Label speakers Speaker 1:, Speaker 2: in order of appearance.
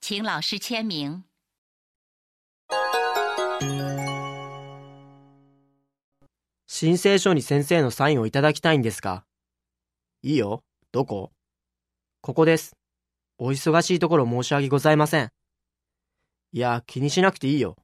Speaker 1: 请老师签名。
Speaker 2: 申請書に先生のサインをいただきたいんですが。いいよ。どこここです。お忙しいところ申し訳ございません。いや、気にしなくていいよ。